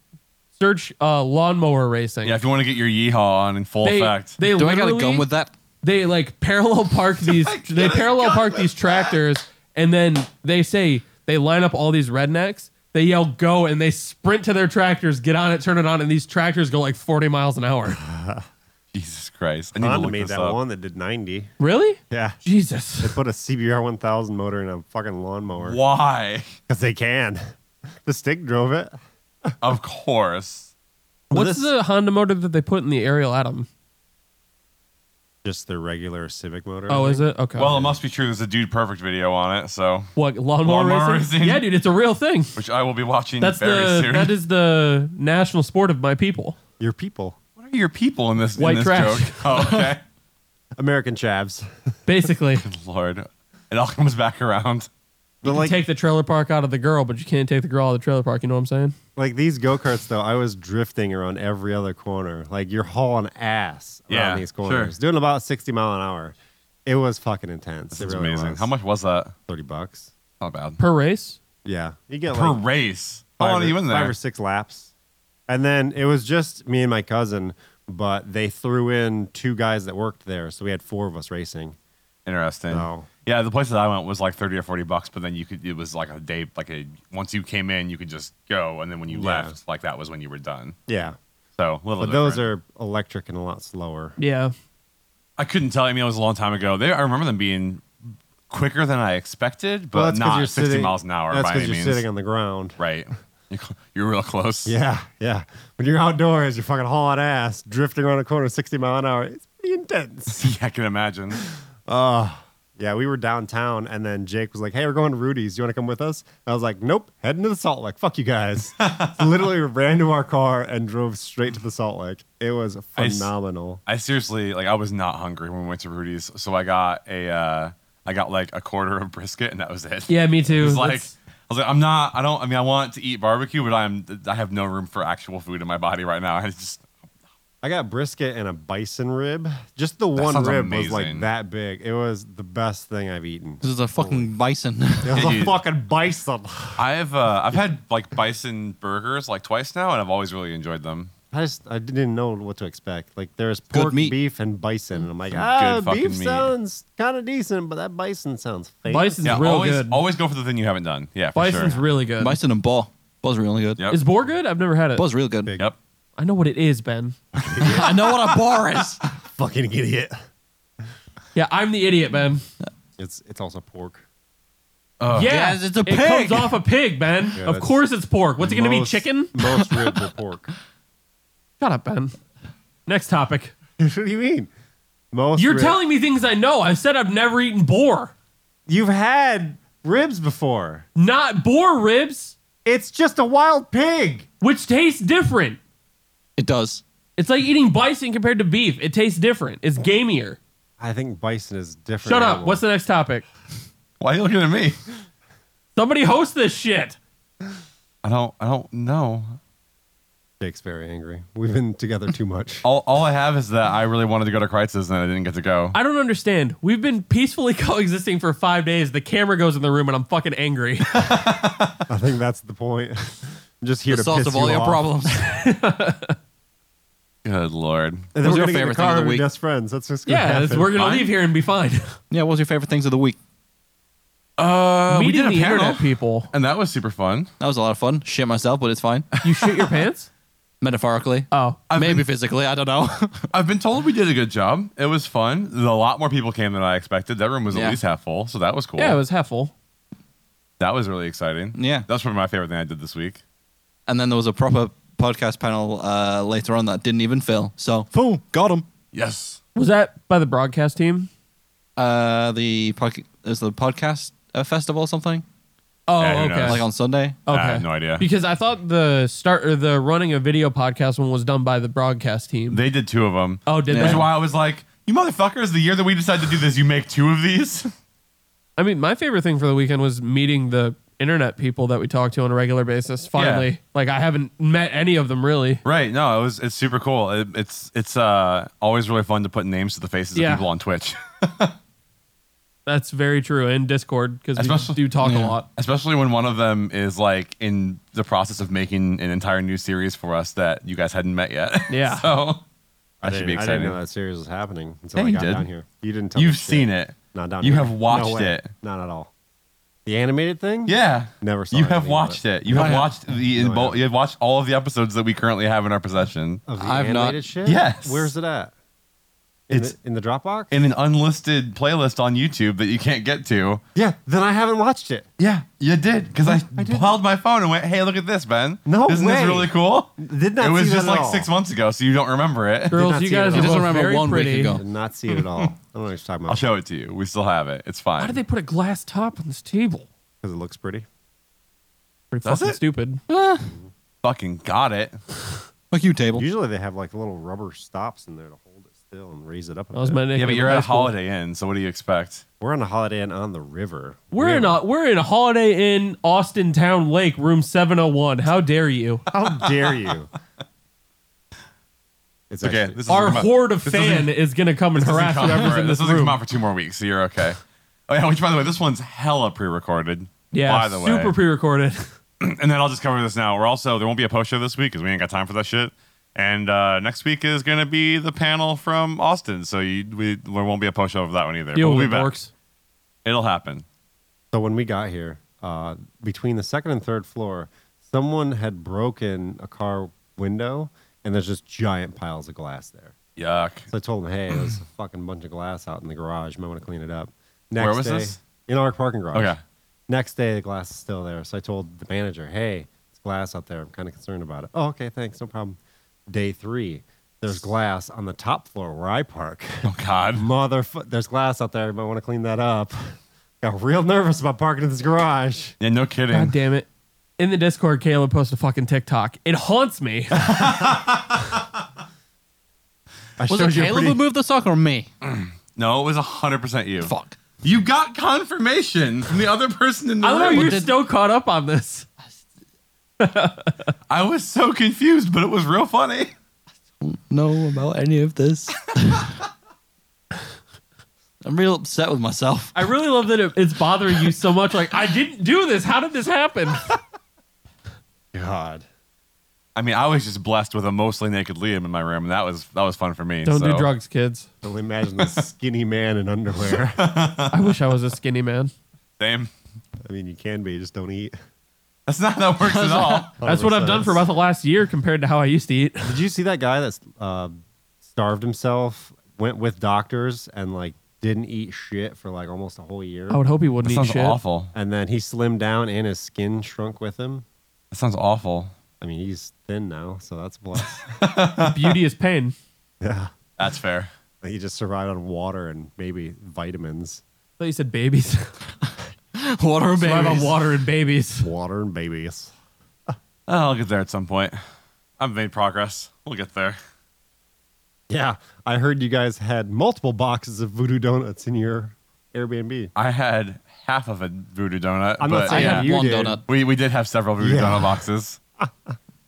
search uh, lawnmower racing. Yeah, if you want to get your yeehaw on in full they, effect. they Do I got a literally- gun with that? They like parallel park these. they parallel park these tractors, and then they say they line up all these rednecks. They yell "go" and they sprint to their tractors, get on it, turn it on, and these tractors go like 40 miles an hour. Jesus Christ. I need to Honda look made this that up. one that did 90. Really? Yeah. Jesus. They put a CBR 1000 motor in a fucking lawnmower Why? because they can. The stick drove it. Of course. Well, What's this- the Honda motor that they put in the Ariel Atom? Just their regular Civic motor. Oh, is it? Okay. Well, it must be true. There's a Dude Perfect video on it, so what lawnmower, Lawnmower racing? racing. Yeah, dude, it's a real thing. which I will be watching That's very the soon. that is the national sport of my people. Your people. what are your people in this, in White this trash. joke? Oh, okay. American chavs. Basically, Good Lord. It all comes back around. But like, take the trailer park out of the girl, but you can't take the girl out of the trailer park. You know what I'm saying? like these go karts though, I was drifting around every other corner. Like you're hauling ass around Yeah, these sure. corners, doing about 60 mile an hour. It was fucking intense. This It is really amazing. was. How much was that? 30 bucks. Not bad. Per race. Yeah, you get per like race. How five long or- are you in Five there? or six laps. And then it was just me and my cousin, but they threw in two guys that worked there, so we had four of us racing. Interesting. No. Yeah, the place that I went was like thirty or forty bucks, but then you could. It was like a day, like a once you came in, you could just go, and then when you Yeah. left, like that was when you were done. Yeah. So a little. But those different. are electric and a lot slower. Yeah. I couldn't tell. I mean, it was a long time ago. They, I remember them being quicker than I expected, but Well, that's 'cause not you're sixty sitting- miles an hour That's by any because you're means. sitting on the ground. right. You're, cl- you're real close. Yeah, yeah. When you're outdoors, you're fucking hauling ass, drifting around a corner 60 mile an hour. It's pretty intense. Yeah, I can imagine. Yeah, we were downtown, and then Jake was like, "Hey, we're going to Rudy's. You want to come with us?" And I was like, "Nope, heading to the Salt Lake. Fuck you guys." Literally ran to our car and drove straight to the Salt Lake. It was I s- phenomenal. I seriously like I was not hungry when we went to Rudy's, so I got a uh I got like a quarter of brisket and that was it. Yeah, me too. It was like That's- I was like, I'm not. I don't. I mean, I want to eat barbecue, but I'm. I have no room for actual food in my body right now. I just. I got brisket and a bison rib. Just the one sounds rib was like amazing. that big. It was the best thing I've eaten. This is a fucking bison. It was a Dude. fucking bison. I've. Uh, I've had like bison burgers like twice now, and I've always really enjoyed them. I just I didn't know what to expect. Like there's Good pork, meat. beef, and bison, and I'm like, Some ah, good fucking beef meat." sounds kind of decent, but that bison sounds fake. Bison's yeah, real always. good. Always go for the thing you haven't done. Yeah, for Bison's sure. really good. bison and ball. Ball's really good. Yep. Is boar good? I've never had it. Ball's real good. Yep. I know what it is, Ben. I know what a bar is. fucking idiot. Yeah, I'm the idiot, Ben. It's it's also pork. Oh, yeah, Yes, it's a It pig. comes off a pig, Ben. Yeah, of that's- course it's pork. What's it going to be, Most- chicken? Most ribs are pork. Shut up, Ben. Next topic. what do you mean? Most You're rib- telling me things I know. I said I've never eaten boar. you've had ribs before. Not boar ribs, It's just a wild pig. which tastes different. It does. It's like eating bison compared to beef. It tastes different. It's gamier. I think bison is different. Shut up. animal. What's the next topic? Why are you looking at me? Somebody host this shit. I don't. I don't know. Jake's very angry. We've been together too much. All, all I have is that I really wanted to go to Kreitz's and I didn't get to go. I don't understand. We've been peacefully coexisting for five days. The camera goes in the room and I'm fucking angry. I think that's the point. I'm just here The to sauce piss of all you your off. problems. Good lord. And then What's we're your gonna favorite get in the thing of car the and be week? best friends. That's just gonna yeah, it's- happen. we're gonna Fine. leave here and be fine. yeah, what was your favorite things of the week? Uh, we Meeting did a the panel, internet people. and that was super fun. That was a lot of fun. Shit myself, but it's fine. You shit your pants? Metaphorically. Oh, Maybe physically. I don't know. I've been told we did a good job. It was fun. A lot more people came than I expected. That room was Yeah. at least half full, so that was cool. yeah, it was hefful. That was really exciting. Yeah. That's probably my favorite thing I did this week. and then there was a proper podcast panel uh, later on that didn't even fill. So, boom, got him. Yes. Was that by the broadcast team? Uh, the podca- is the podcast uh, festival or something Oh, Yeah, who okay. knows? like on Sunday. okay. I have no idea. Because I thought the start or the running a video podcast one was done by the broadcast team. They did two of them. oh, did Yeah. Which they? is why I was like, you motherfuckers, the year that we decided to do this, you make two of these? I mean, my favorite thing for the weekend was meeting the internet people that we talk to on a regular basis. Finally, like I haven't met any of them really. right. No, it was it's super cool. It, it's it's uh always really fun to put names to the faces Yeah. of people on Twitch. That's very true. And Discord because we Especially- do talk a Yeah. lot. Especially when one of them is like in the process of making an entire new series for us that you guys hadn't met yet. Yeah. so I that should be exciting. didn't- I didn't know that series was happening until Yeah, I you got did. down here. You didn't tell me You've shit. seen it. Not down You here. have No watched way. it. Not at all. The animated thing? Yeah. Never saw You any of have it. watched it. You No, I have have- watched the No, I bo- haven't. you have watched all of the episodes that we currently have in our possession. Of the I've not- animated shit? Yes. Where's it at? in, It's- the, in the Dropbox. in an unlisted playlist on YouTube that you can't get to. yeah, then I haven't watched it. Yeah, you did because I, held my phone and went, "Hey, look at this, Ben! No isn't way. this really cool?" Did not it was see that just at like all. six months ago, so you don't remember it. Girls, not you see it guys are at all. He both doesn't remember very one week pretty. ago. Did not see it at all. I don't know what you're talking I'll about. show it to you. We still have it. It's fine. Why did they put a glass top on this table? Because it looks pretty. Pretty Does fucking it? stupid. fucking got it? Fuck you, table. Usually they have like little rubber stops in there to hold it still and raise it up. A That was bit. my nickname Yeah, but in you're high at a school. Holiday Inn, so what do you expect? We're on a Holiday Inn on the river. We're in a we're in a Holiday Inn, Austin Town Lake, room seven hundred one. How dare you? How dare you? It's Okay, actually- this is Our remote. horde of This fan doesn't- is gonna come and This doesn't harass come whoever's for- in this this doesn't room. come out for two more weeks, so you're okay. Oh yeah, which by the way, this one's hella pre-recorded. yeah, by the super way, pre-recorded. and then I'll just cover this now. We're also there won't be a post show this week because we ain't got time for that shit. And uh, next week is gonna be the panel from Austin, so you, we there won't be a post show for that one either. Deal but we'll with be it, back. dorks. It'll happen. So when we got here, uh, between the second and third floor, someone had broken a car window, and there's just giant piles of glass there. Yuck. So I told him, "Hey, there's a fucking bunch of glass out in the garage. You might want to clean it up." Next Where was day, this? In our parking garage. Okay. Next day, the glass is still there. So I told the manager, "Hey, it's glass out there. I'm kind of concerned about it." Oh, okay, thanks, no problem. Day three, there's glass on the top floor where I park. Oh God. Motherfucker, there's glass out there. You might want to clean that up. Got real nervous about parking in this garage. Yeah, no kidding. God damn it. In the Discord, Caleb posted a fucking TikTok. It haunts me. I Was showed it you a Caleb pretty- who moved the sock or me? No, it was hundred percent you. Mm. Fuck. You got confirmation from the other person in the I love how room. you're did- still caught up on this. I was so confused, but it was real funny. Know about any of this? I'm real upset with myself. I really love that it, it's bothering you so much. Like, I didn't do this. How did this happen? God. I mean, I was just blessed with a mostly naked Liam in my room, and that was that was fun for me. Don't do so- drugs, kids. Only imagine this skinny man in underwear. I wish I was a skinny man. Same. I mean, you can be, just don't eat. That's not how that works at all. That's what I've done for about the last year compared to how I used to eat. Did you see that guy that uh, starved himself, went with doctors, and like didn't eat shit for like almost a whole year? I Oh, would hope he wouldn't That eat sounds shit. awful. And then he slimmed down and his skin shrunk with him. That sounds awful. I mean, he's thin now, so that's a bless. Beauty is pain. yeah. That's fair. He just survived on water and maybe vitamins. I thought you said babies. Water Survive on babies. water and babies. Water and babies. Oh, I'll get there at some point. I've made progress. We'll get there. Yeah. I heard you guys had multiple boxes of voodoo donuts in your Airbnb. I had half of a voodoo donut. I'm but not I saying had you one did. donut. We we did have several voodoo Yeah. donut boxes.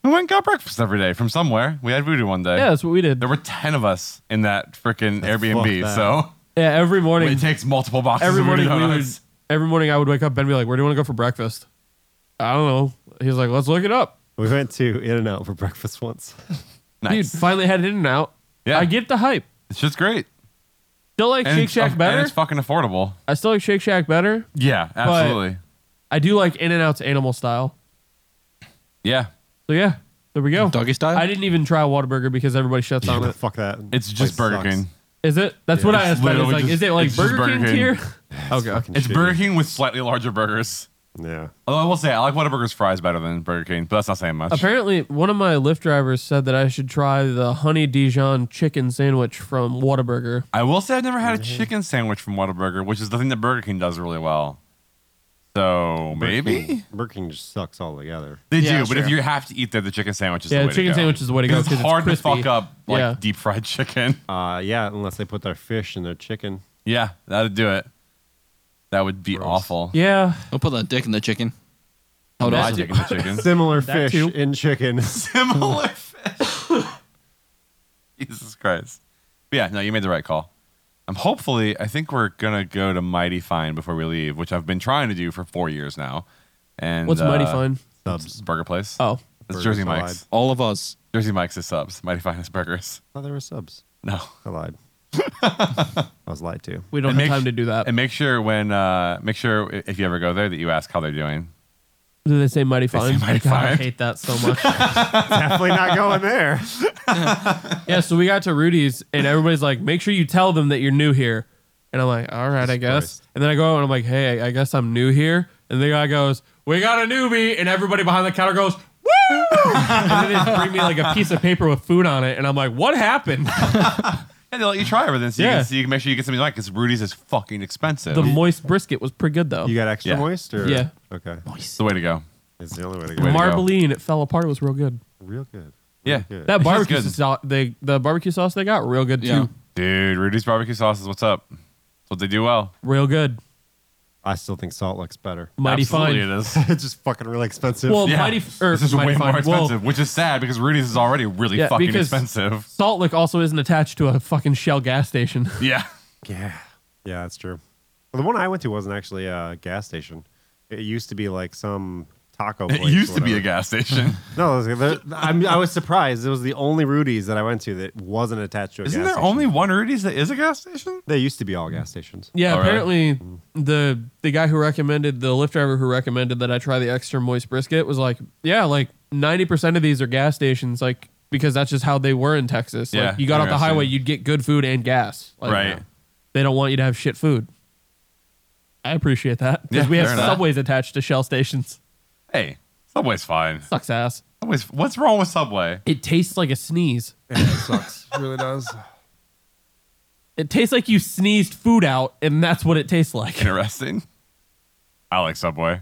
we went and got breakfast every day from somewhere. We had voodoo one day. Yeah, that's what we did. There were ten of us in that freaking Airbnb. fuck that. So Yeah, every morning. it takes multiple boxes. every of voodoo morning we would, donuts. every morning I would wake up Ben and be like, "Where do you want to go for breakfast?" I don't know. He was like, "Let's look it up." We went to In and Out for breakfast once. Nice. Dude, finally had it in and out. Yeah. I get the hype. It's just great. Still like And Shake it's- um, Shack and better. it's fucking affordable. I still like Shake Shack better. Yeah, absolutely. I do like In and Out's animal style. yeah. So yeah, there we go. Doggy style? I didn't even try Whataburger because everybody shuts on it. Fuck that. It's just Place Burger sucks. King. Is it? That's what I It's asked. Ben. It's literally like, just- is it like it's just Burger, Burger King, King. tier? okay. fucking It's shitty. Burger King with slightly larger burgers. Yeah. Although I will say I like Whataburger's fries better than Burger King, but that's not saying much. Apparently, one of my Lyft drivers said that I should try the honey Dijon chicken sandwich from Whataburger. I will say I've never had a Mm-hmm. chicken sandwich from Whataburger, which is the thing that Burger King does really well. So Burger King, maybe Burger King just sucks altogether. they Yeah, do, but if sure. you have to eat there, the chicken sandwich is Yeah, the the way to chicken go. sandwich is the way to go 'Cause It's 'cause it's hard to crispy. fuck up like Yeah. deep fried chicken. Uh, yeah, unless they put their fish in their chicken. Yeah, that'd do it. That would be Gross. awful. Yeah, I'll put that dick in the chicken. Hold on. on, chicken, the chicken. Similar That fish too. in chicken. similar Hmm. fish. Jesus Christ. But yeah, no, you made the right call. I'm hopefully, I think we're gonna go to Mighty Fine before we leave, which I've been trying to do for four years now. And what's mighty uh, fine? It's a burger place. Oh, it's Burger Jersey Salad. Mike's. All of us. Jersey Mike's is subs. Mighty Fine is burgers. Oh, there were subs. No. I lied. I was lied to. we don't And have make- time to do that. And make sure when uh make sure i- if you ever go there that you ask how they're doing. Did they say Mighty Fine? Mighty God, I Fine. hate that so much. Definitely not going there. yeah, so we got to Rudy's and everybody's like, make sure you tell them that you're new here. And I'm like, all right, I guess. Christ. And then I go out and I'm like, hey, I guess I'm new here. And the guy goes, we got a newbie. And everybody behind the counter goes, woo! and then they just bring me like a piece of paper with food on it. And I'm like, what happened? And they let you try everything so, you Yeah. can, so you can make sure you get something you like because Rudy's is fucking expensive. The moist brisket was pretty good though. You got extra Yeah. moist, or Yeah. okay, it's the way to go. it's the only way to Way go. to go. Marbly and it fell apart. It was real good. Real good. Yeah. Good. That It's barbecue good. sauce, they, the barbecue sauce they got, real good too. Yeah. Dude, Rudy's barbecue sauce is what's up. It's what they do well. Real good. I still think salt Lake's better. Mighty Absolutely fine. it is. it's just fucking really expensive. Well, Yeah. Mighty, or this is mighty way fine. more Well, expensive, which is sad because Rudy's is already really Yeah, fucking because- expensive. Salt Lick also isn't attached to a fucking Shell gas station. Yeah. yeah, yeah, that's true. Well, the one I went to wasn't actually a gas station. It used to be like some taco. Place It or used to be a whatever. gas station. No, it was, there- I'm, I was surprised. It was the only Rudy's that I went to that wasn't attached to a Isn't gas there station. only one Rudy's that is a gas station? They used to be all gas stations. Yeah, All right. apparently the the guy who recommended the Lyft driver who recommended that I try the extra moist brisket was like, yeah, like ninety percent of these are gas stations, like because that's just how they were in Texas. Yeah, like you got off the interesting. highway, you'd get good food and gas. Like, Right. They don't want you to have shit food. I appreciate that because Yeah, we have fair enough. subways attached to Shell stations. Hey, Subway's fine. Sucks ass. Subway's, what's wrong with Subway? It tastes like a sneeze. Yeah, it sucks. really does. It tastes like you sneezed food out, and that's what it tastes like. Interesting. I like Subway.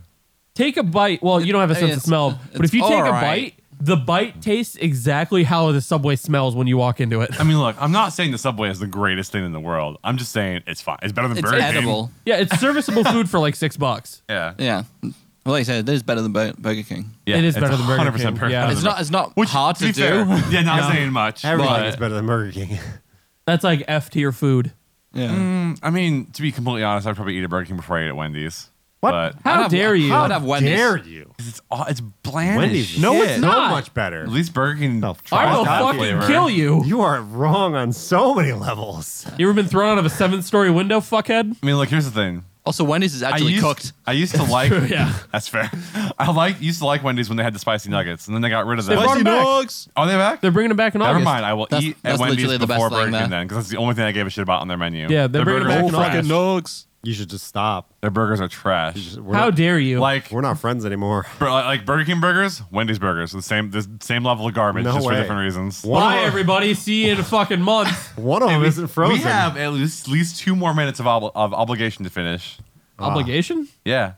take a bite. Well, you don't have a sense of it's- smell, but if it's you take a alright. bite, the bite tastes exactly how the subway smells when you walk into it. I mean, look, I'm not saying the Subway is the greatest thing in the world. I'm just saying it's fine. It's better than It's Burger King. edible. Yeah, it's serviceable food for like six bucks. Yeah. Yeah. Well, like I said, it is better than Bur- Burger King. Yeah, It is it's better than Burger 100% King. better Yeah. than It's Burger not. It's not Which, hard to, be do. fair, Yeah, not Yeah. saying much. Everything but- is better than Burger King. That's like F tier food. Yeah. Mm, I mean, to be completely honest, I'd probably eat a Burger King before I eat at Wendy's. What? But How I'd have- dare you? I'd have Wendy's. Dare you? 'cause it's all, it's bland. as Wendy's. shit. No, shit. it's not Not. much better. At least Burger King. No, I will tries that fucking flavor. kill you. You are wrong on so many levels. You ever been thrown out of a seven story window, fuckhead? I mean, look, here's the thing. Also, Wendy's is I actually used, cooked. I used to like. true, yeah. that's fair. I like used to like Wendy's when they had the spicy nuggets, and then they got rid of them. brought 'em back. dogs. Are they back? They're bringing it back in Never August. mind. I will That's- eat at that's Wendy's literally the best before thing Burger King there. then, because that's the only thing I gave a shit about on their menu. Yeah, they're their bringing it burgers back are in August. trash. dogs. You should just stop. Their burgers are trash. We're How not, dare you? Like, we're not friends anymore. bur- like Burger King burgers, Wendy's burgers, the same, the same level of garbage, No just for way. different reasons. One Bye, of, everybody. See you in a fucking month. one of them isn't frozen. We have at least, at least two more minutes of, obli- of obligation to finish. Obligation? Yeah.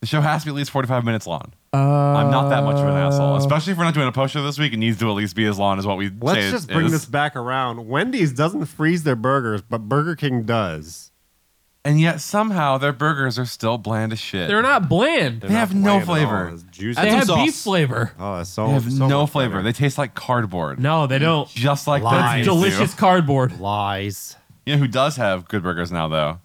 The show has to be at least 45 minutes long. I'm not that much of an Uh. asshole, especially if we're not doing a post show this week. It needs to at least be as long as what we say Let's it just bring is. this back around. Wendy's doesn't freeze their burgers, but Burger King does. And yet somehow their burgers are still bland as shit. They're not bland. They have no flavor. It's juicy. They Add some have beef sauce. flavor. oh, that's so, They have so no much flavor. better. They taste like cardboard. No, they don't. Just like Lies. Ben's Delicious Do. cardboard. Lies. You know who does have good burgers now though?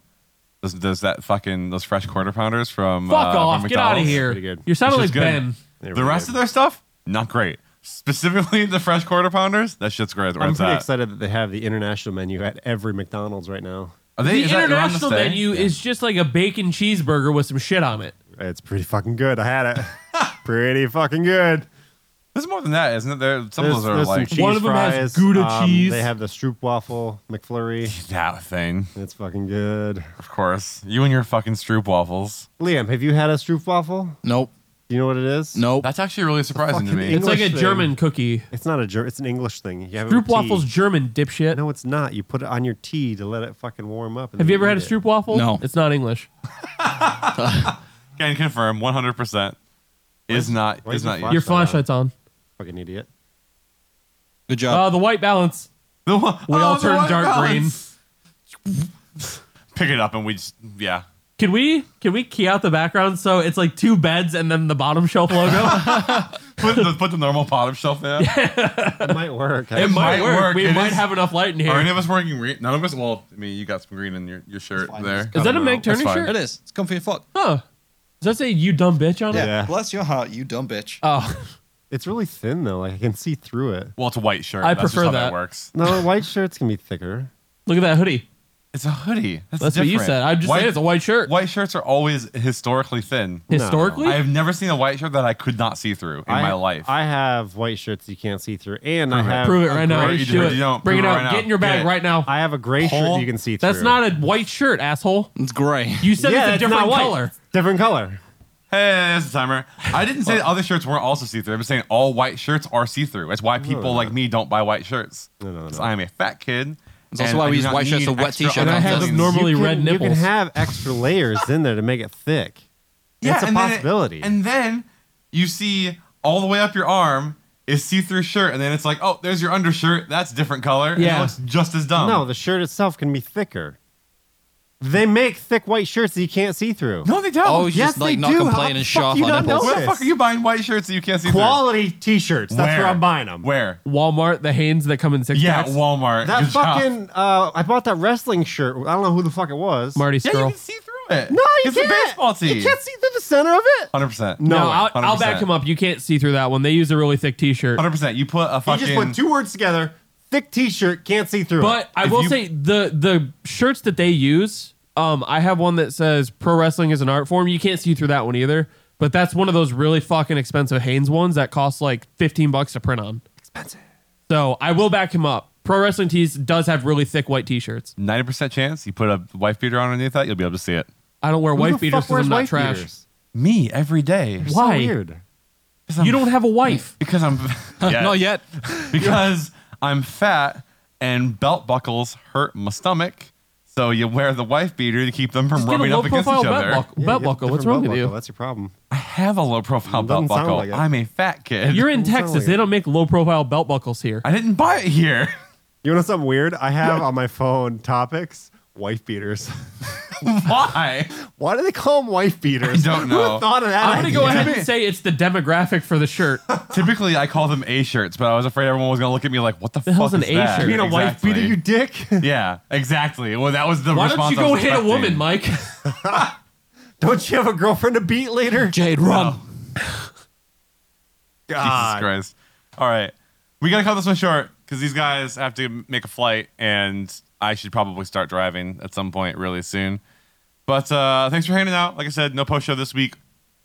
Those, those that fucking those fresh quarter pounders from uh, Fuck from off. Get out of McDonald's. here. Pretty good. You're sounding It's just like Ben. good. They The were rest good. of their stuff, not great. Specifically the fresh quarter pounders, that shit's great. Where I'm it's pretty at. excited that they have the international menu at every McDonald's right now. Are they, The is that around international this day? menu is just like a bacon cheeseburger with some shit on it. It's pretty fucking good. I had it. pretty fucking good. There's more than that, isn't it? There, some of those are like One of them has Gouda cheese. Um, They have the stroopwafel McFlurry. that thing. It's fucking good. Of course, you and your fucking stroop waffles. Liam, have you had a stroopwafel? Nope. Do you know what it is? Nope. That's actually really surprising to Oh. fucking me. English It's like a thing. German cookie. It's not a Ger- It's an English thing. You have it with Stroopwafel's tea. German, dipshit. No, it's not. You put it on your tea to let it fucking warm up. and have then you ever had a eat it. stroopwafel? No. It's not English. Can confirm 100 percent is not where's is the not fuck? you. Your flashlight's on. Fucking idiot. Oh, Good job. the white balance. The one, Oh, We all the turn white dark balance. Pick it up and we just yeah. Can we can we key out the background so it's like two beds and then the bottom shelf logo? Put the, put the normal bottom shelf in. It might work. it actually. might might work. work. We It might is- have enough light in Are any here. of us wearing green? None of us. Well, I mean, you got some green in your, your shirt there. Is that a Well, Meg that's Turner fine. shirt? it is. It's comfy as fuck. Huh. Does that say you dumb bitch on it? Yeah. Bless your heart, you dumb bitch. Oh. It's really thin though. Like I can see through it. Well, it's a white shirt. I That's just prefer how that. works. No, white shirts can be thicker. Look at that hoodie. It's a hoodie. That's, That's what you different. said. I'm just white, saying it's a white shirt. White shirts are always historically thin. Historically, I have never seen a white shirt that I could not see through in I- my life. I have white shirts you can't see through, and I have prove it right now. great- Just you do don't- it. you don't Bring it prove out. it right now. Get in your bag Get it. right now. I have a gray Paul, shirt you can see through. That's not a white shirt, asshole. It's gray. You said yeah, it's a different not white. color. Different color. hey, that's a timer. I didn't say other shirts weren't also see through. I'm just saying all white shirts are see through. That's why people like me don't buy white shirts. No, no, no, 'Cause no. I'm a fat kid. That's also and why I we do use not white shirts need to wet extra t-shirt other And I have things. normal- Normally you can, red You can nipples. have extra layers in there to make it thick. it's a and then it- possibility. and then you see all the way up your arm is see-through shirt, and then it's like, oh, there's your undershirt. That's different color. And Yeah. it looks just as dumb. no, the shirt itself can be thicker. They make thick white shirts that you can't see through. no, they don't. Oh, you Yes, just like they not do. How complain the and fuck show off you on don't nipples. know? Where the fuck are you buying white shirts that you can't see Quality T-shirts. through? Oh, That's where I'm buying them. Where? Walmart, the Hanes that come in six Yeah, packs. Walmart. That Good job. fucking uh, I bought that wrestling shirt. I don't know who the fuck it was. Marty Yeah, you Skrull. can see through it. No, you it's can't. a baseball tee. You can't see through the center of it. Hundred percent. No, no, way. I'll, I'll 100%. back him up. You can't see through that one. They use a really thick T-shirt. Hundred percent. You put a You fucking. just put two words together. Thick T-shirt can't see through. it. But I If will you- say the the shirts that they use. Um, I have one that says "Pro wrestling is an art form." You can't see through that one either. But that's one of those really fucking expensive Hanes ones that cost like fifteen bucks to print on. Expensive. So I will back him up. Pro wrestling tees does have really thick white T-shirts. Ninety percent chance you put a wife beater on underneath that, you'll be able to see it. I don't wear Who the white beaters fuck because wears I'm not wife trash. beaters? Me every day. So Why? weird. You don't have a wife. because I'm Yeah. Not yet. because I'm fat and belt buckles hurt my stomach. So you wear the wife beater to keep them from Just get a rubbing low up against each profile belt, other. buckle- Yeah, you belt get buckle. What's different wrong belt with you? buckle. That's your problem. I have a low profile belt Doesn't sound buckle. like it. I'm a fat kid. You're in Doesn't sound Texas. like they it. don't make low profile belt buckles here. I didn't buy it here. You want to know something weird? I have on my phone topics wife beaters. Why? Why do they call them wife beaters? I don't know. Who thought of that? I'm gonna go idea? ahead and say it's the demographic for the shirt. Typically, I call them A shirts, but I was afraid everyone was gonna look at me like, "What the, fuck hell's is an A that? shirt? You mean a wife Exactly. beater, you dick? Yeah, exactly. Well, that was the Why don't response. you I go was hit a woman, expecting. Mike? don't you have a girlfriend to beat later? Jade, run. Jesus Christ. All right. We got to cut this one short because these guys have to make a flight, and I should probably start driving at some point really soon. But uh, thanks for hanging out. Like I said, no post show this week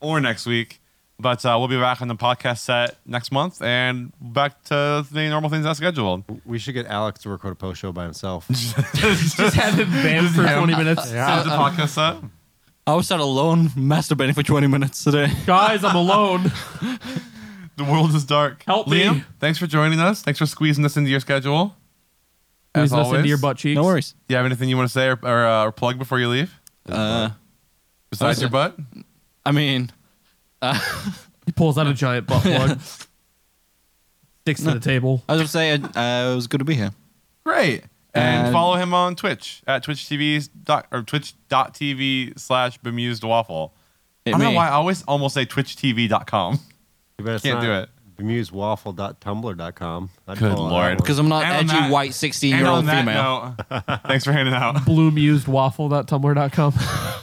or next week. But uh, we'll be back on the podcast set next month and back to the normal things that's scheduled. We should get Alex to record a post show by himself. Just have him banned for 20 minutes. Set the um, podcast set. I was sat alone masturbating for 20 minutes today. Guys, I'm alone. The world is dark. Help me. Liam, thanks for joining us. Thanks for squeezing this into your schedule. As Please listen always. to your butt cheeks. No worries. Do you have anything you want to say or, or, uh, or plug before you leave? Uh, Besides your butt? I mean, He pulls out a giant butt plug. Sticks to the table. I was gonna say uh, it was good to be here. Great. And And- follow him on Twitch at Twitch TV dot or twitch.tv slash bemused waffle. I Hit don't know me. why I always almost say twitchtv.com. Can't do it. Bemusewaffle.tumblr.com. I'd Good follow that lord. one. Because I'm not And on edgy that- white 16 And year old on that female. note, thanks for hanging out. Bloomusedwaffle.tumblr.com.